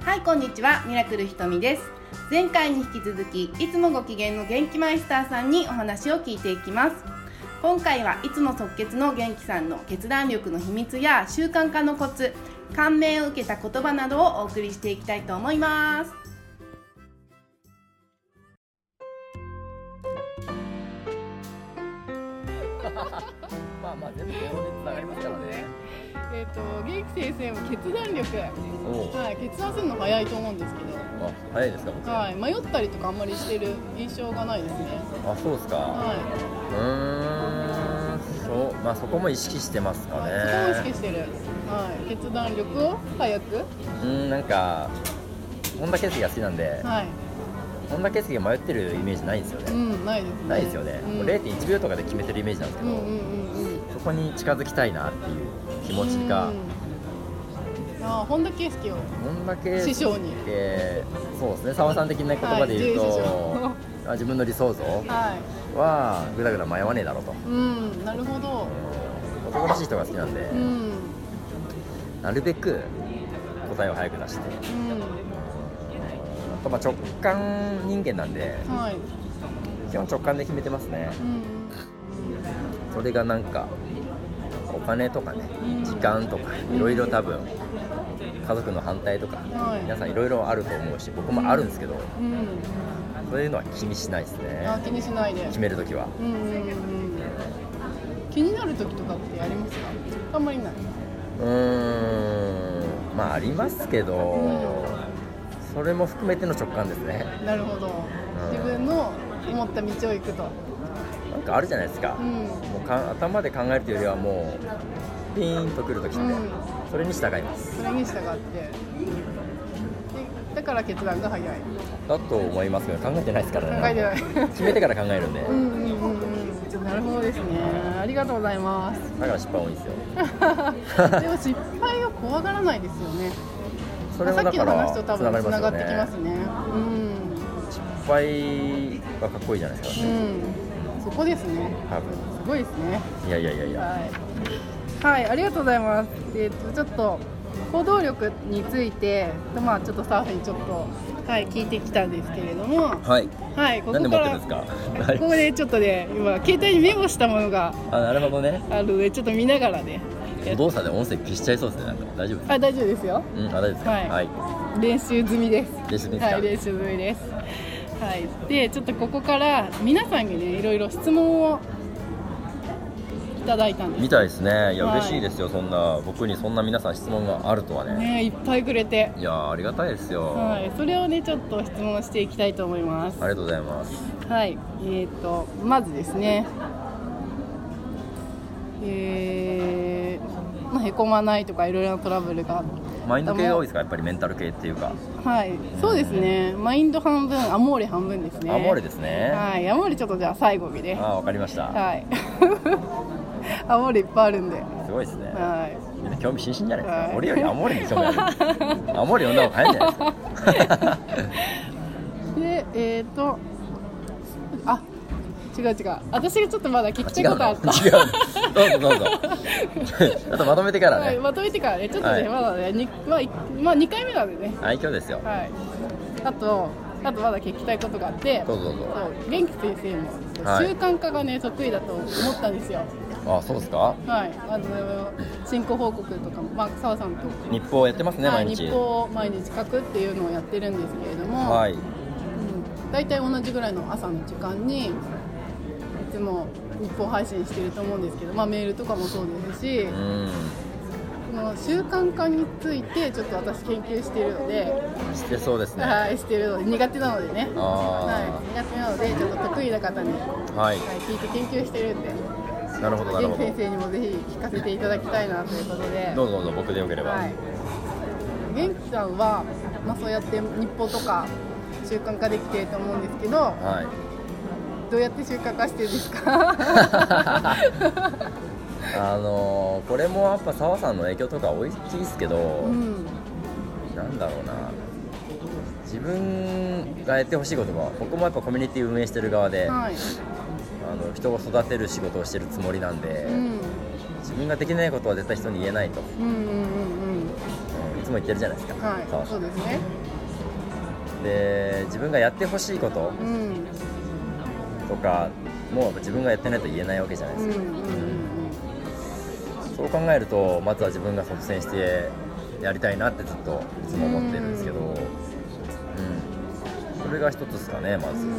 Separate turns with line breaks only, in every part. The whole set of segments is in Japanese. はいこんにちはミラクルひとみです前回に引き続きいつもご機嫌の元気マイスターさんにお話を聞いていきます今回はいつも即決の元気さんの決断力の秘密や習慣化のコツ感銘を受けた言葉などをお送りしていきたいと思います
まあまあ全部英語で繋がりますからね。
えっ、と元気先生も決断力、
おお。
はい、決断するの早いと思うんですけど、
あ早いですか僕。
はい、迷ったりとかあんまりしてる印象がないですね。
あそうですか。
は
うーん。そうまあそこも意識してます
い、
か
はい、そこを意
ね。
識してる。はい、決断力を早く、
うんなんか本田圭佑が好きなんで、
はい、
本田圭佑が迷ってるイメージないんですよ
う
ね。
ん、ないですね。
ないですよね。
うん、
もう0.1秒とかで決めてるイメージなんです
う
け
ん
ど、
うんうんうん。
そこに近づきたいなっていう気持ちが
う。ん。ああ、本田圭佑を
本田圭
師
佑
匠に。
ってそうですね。澤さん的な言葉で言うと、
はい自由師匠
あ自分の理想像
は
はぐだぐだ迷わねえだろうと。
い。うん、なるほど。
男らしい人が好きなんで。
うん、うん。
なるべく答えを早く出してあとまあ直感人間なんで
はい。
基本直感で決めてますね
うん。
それがなんかお金とかね
うん
時間とかいろいろ多分家族の反対とか
はい
皆さんいろいろあると思うし僕もあるんですけど
うん。
そういうのは気にしないですね
あ、気にしないで。
決めるときは
うんうんうんうん気になる時とかってありますかあんまりないう
ーんまあありますけどそれも含めての直感ですね
なるほど
うん
自分の思った道を行くと
なんかあるじゃないですか
うん
もうか頭で考えるというよりはもうピーンとくるときって、
うん
それに従います
それに従ってでだから決断が早い
だと思いますけど考えてないですからね
考えてない
決めてから考えるんで
うんうんうんうんなるほどですねありがとうございます
だから失敗多いんですよ
でも失敗を怖がらないですよね
それも
さ
だ
っき
か
の
ら
話と多
つ
分
ながり
つ
ます
なが
よ
ってきます
ね
ねうん
失敗はかっこいいじゃないですか
うんそこですね
多分
すごいですね
いやいやいやいや
はい、はい、ありがとうございます。えっ、とちょっと行動力について、まあちょっとサーフィンちょっとはい聞いてきたんですけれども、
はい
はいこ
なんで
こ
持
か
ってるん
ら
ですか
ここでちょっとね今携帯にメモしたものが
あなるほどね
あるのでちょっと見ながらね。
動作で音声消しちゃいそうですねなんか大丈夫です
あ大丈夫ですよ。
うん、あ大丈夫ですか
はい
はい、
練習済みです。
練習ですか
はい練習済みです。はいでちょっとここから皆さんにねいろいろ質問をいただいたんです。
みたいですねいや、
はい
嬉しいですよそんな僕にそんな皆さん質問があるとはね
ねいっぱいくれて。
いやーありがたいですよ、
はい、それをねちょっと質問していきたいと思います。
ありがとうございます
はい、えー、とまずですね、えーまあ、へこまないとかいろいろなトラブルがあって
マインド系が多いですかやっぱりメンタル系っていうか、
はい、そうですね、マインド半分、アモーレ半分ですね。
アモーレですね
はい、アモーレちょっとじゃあ最後にね、
ああわかりました
はい、アモーレい っぱいあるんで、
すごいですね
はい。
みんな興味津々じゃないです
は
か
い
俺よりアモーレに興味あ るアモーレ呼んだ方が早いんじゃないですか
でえっ、とあ違う違う私がちょっとまだ聞きたいことあっ
違
た
うの違うのどうぞ どうぞちょっとまとめてから
はい、
ね
まとめてからね、ちょっとね、
はい
まだね、にまあ、いまあ、2回目なんでね、
愛嬌ですよ
はい、あと、あとまだ聞きたいことがあって、
どうぞどうぞ
そう元気先生も習
はい
慣化がね、得意だと思ったんですよ、
あそうですか
はい、あの進行報告とかも、まあ、澤さんと、
日報やってますね
はい
毎日
日報を毎日書くっていうのをやってるんですけれども、
はい
うん、大体同じぐらいの朝の時間に、いつも日報配信してると思うんですけど、まあ、メールとかもそうですし。
うん
この習慣化についてちょっと私研究しているので、
してそうですねあ
はい、してるので苦手なのでね、は
あ
い、苦手なのでちょっと得意な方に、は
ーはい
い、聞いて研究してるんで、
なるほどなる
元
ほ
気先
ど
生にもぜひ聞かせていただきたいなということで、
どうぞどうぞ僕でよければ、
はい、元気さんは、まあ、そうやって日報とか習慣化できてると思うんですけど、
はい。
どうやって習慣化してるんですか
あのこれもやっぱ澤さんの影響とか大きいですけど、
うん
なんだろうな自分がやってほしいことが僕もやっぱコミュニティ運営してる側で、あ
はい
の人を育てる仕事をしてるつもりなんで、
うん
自分ができないことは絶対人に言えないと、
うんうんうんうん
うんいつも言ってるじゃないですか、澤
はい
さ
そうんですね
で自分がやってほしいこと
うん
とかもうやっぱ自分がやってないと言えないわけじゃないで
う
す
んうん
か、
うん
そう考えるとまずは自分が率先してやりたいなってずっといつも思ってるんですけど、
う
うんんそれが一つですかねま
う
ず、
ん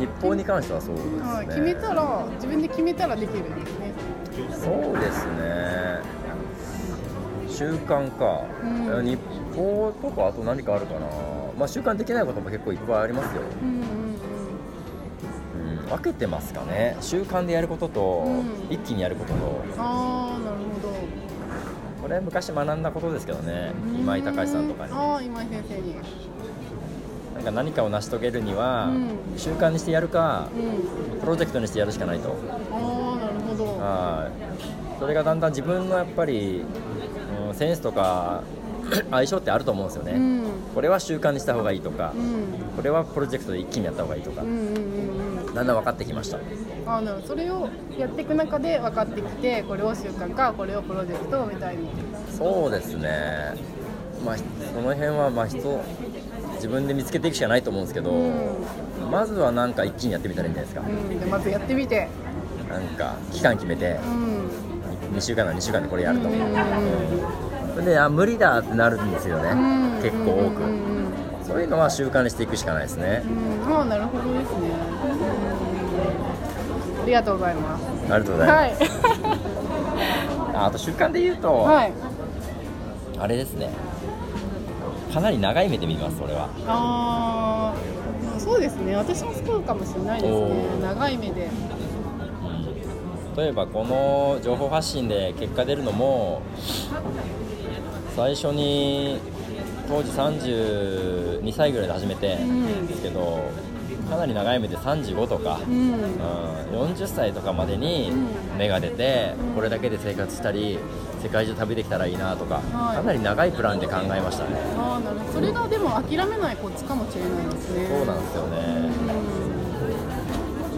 日報に関してはそうですね、
はい決めたら自分で決めたらできるんですね
そうですね習慣か、
うん
日報とかあと何かあるかなまあ習慣できないことも結構いっぱいありますよ、
うん
うん、分けてますかね習慣でやることと、
うん
一気にやることと
うんああなるほど
これは昔学んだことですけどね今井隆さんとかに
ああー今井先生に
なんか何かを成し遂げるには、
うん
習慣にしてやるか
うん
プロジェクトにしてやるしかないと、
ああなるほど
はいそれがだんだん自分のやっぱり、うんセンスとか 相性ってあると思うんですよね、
うん
これは習慣にした方がいいとか
う、ん
これはプロジェクトで一気にやった方がいいとか、
うんうんうんうん
だんだん分かってきました、
あーなるほどそれをやっていく中で分かってきてこれを習慣かこれをプロジェクトみたいに
そうですね、まあ、ひその辺はまあ人自分で見つけていくしかないと思うんですけど、
う
まずはなんか一気にやってみたらいいんじゃないですか
う、んでまずやってみて
なんか期間決めて
うん
2週間なら2週間でこれやると、
うんうん
それであ無理だってなるんですよね、
うん
結構多く、
うんうんうん
そういうのは習慣にしていくしかないですね、
うん、ああなるほどですね、ありがとうございます
ありがとうございます、
はい
ああと習慣で言うと、
はい
あれですねかなり長い目で見ます俺は
ああそうですね私もそうかもしれないです
お
ね
ー
長い目で
例えばこの情報発信で結果出るのも最初に当時32歳ぐらいで始めて
うん
ですけどかなり長い目で35とか、
う
うん
ん
40歳とかまでに
うん
芽が出て
うん
これだけで生活したり世界中旅できたらいいなとか
はい
かなり長いプランで考えましたね
ああなるほどそれがでも諦めないコツかもしれないですね
そう
だ
なんですよね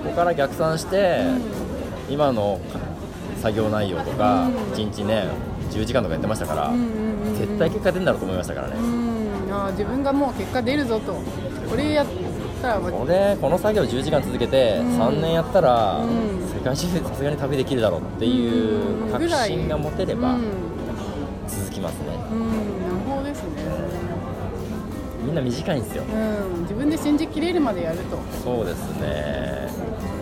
ここから逆算して今の作業内容とか
うん
1日ね10時間とかやってましたから、絶対結果出るんだろうと思いましたからね、
うんあー自分がもう結果出るぞとこれやったら
これこの作業10時間続けて
うん
3年やったら、
うん
世界中でさすがに旅できるだろうっていう確信が持てれば
うん、
続きますね
うん、なるほどですね
みんな短いんですよ
うん自分で信じきれるまでやると
そうですね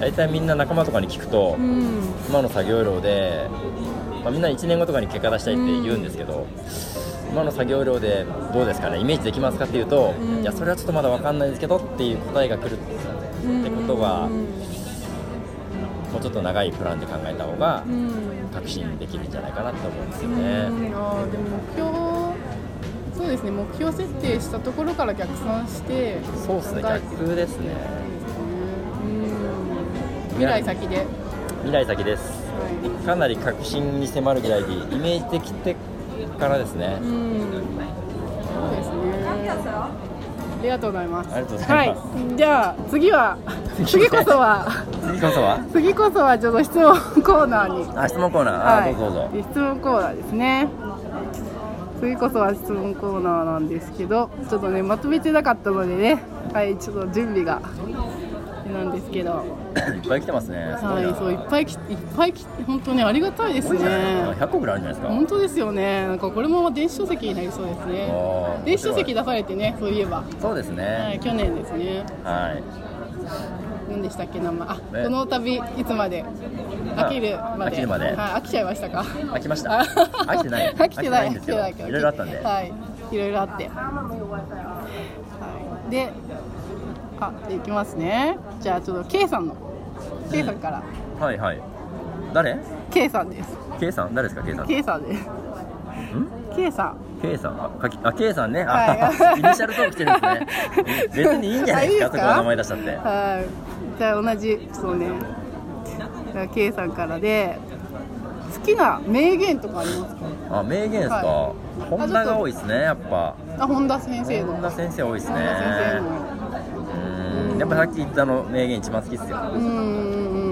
大体みんな仲間とかに聞くと、
うん
今の作業量で、まあ、みんな1年後とかに結果出したいって言うんですけど、今の作業量でどうですかねイメージできますかっていうと、
うん
いやそれはちょっとまだ分かんないですけどっていう答えが来るってことは、
うん
もうちょっと長いプランで考えた方が
うん
確信できるんじゃないかなって思うんですよ
う
ね、
んあーでも目標そうですね目標設定したところから逆算して
そうですね
考えて
逆ですね
うん未来先で、は
未来先です
い
かなり確信に迫るぐらいでイメージできてからですね
うん、そうですねありがとうございます
ありがとうございます
はい、じゃあ次は次こそは
次こそは
次こそはちょっと質問コーナーに
あ質問コーナー、あ
はい、
どうぞどうぞ
質問コーナーですね次こそは質問コーナーなんですけどちょっとねまとめてなかったのでねはいちょっと準備がなんですけどはい
っぱ い来てますねすごいな、
いそういっぱいきいっぱいき本当にありがたいです
多いじゃないです
ね
か100個ぐらいあるんじゃない
本
ですか
当ですよねなんかこれも電子書籍になりそうですね
あー
電子書籍出されてねそういえば、
そうですね
はい、去年ですね
はい、
何でしたっけ名前あ、
ね
この旅いつまで飽きるまで
飽きるまで
はい、飽きちゃいましたか
飽きました
あ
飽きてない
飽きてない
んですけど
飽きてない
ろいろあったんで、
はいいろいろあってはいであでいきますねじゃあちょっと K さんの K さんから
はいはい誰
K さんです
K さん誰ですか K さんん
K さんです K さん
K さんあかきあ K さんねあ、
はい
イニシャルトークしてるんですね別にいいんじゃないですか
あ
そこの名前出しちゃって
はい体同じそうねだから K さんからで好きな名言とかありますか
あ名言ですか、
は
本田が多いですねやっぱ
あ本田先生の
本田先生多いですね
本田先生の
うんやっぱさっき言ったあの名言一番好きっすよ
うんうんう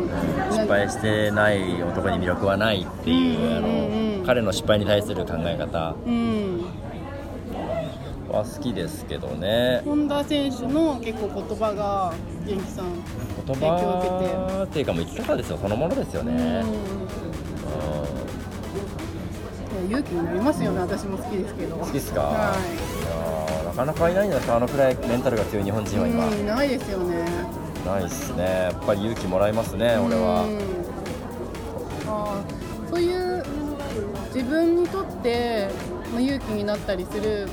ん
失敗してない男に魅力はないっていうあ
うんうんうん
の彼の失敗に対する考え方
うん
は好きですけどね
本田選手の結構言葉が元気さん
言葉っていうかもう生き方ですよそのものですよねうん
うんいや勇気になりますよね私も好きですけど好
好きっすか、
はい
いやーなかなかいないんじゃないですかあのくらいメンタルが強い日本人は今、
うんいないですよね
ないっすねやっぱり勇気もらいますね俺
う
は
んあーそういう自分にとってまあ勇気になったりする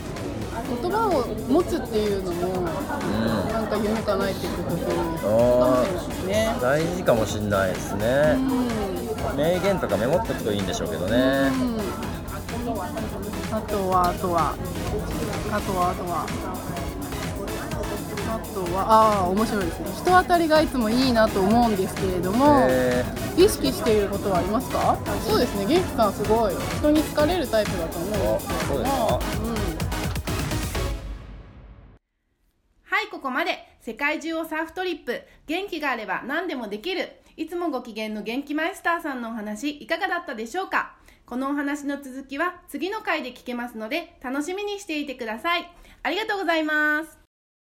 言葉を持つっていうのも
うん
なんか夢かないっていうことに
あー
かもしれないですね。
大事かもしんないです
う
ね
ん
名言とかメモっとくといいんでしょうけどね
うんあとはあとはあとはあとはあとはああ面白いですね人当たりがいつもいいなと思うんですけれども、
え
意識していることはありますかそうですね元気さんすごい人に好かれるタイプだと思うんですけれども
あそ
はい、ここまで。世界中をサーフトリップ。元気があれば何でもできる。いつもご機嫌の元気マイスターさんのお話、いかがだったでしょうかこのお話の続きは次の回で聞けますので、楽しみにしていてください。ありがとうございます。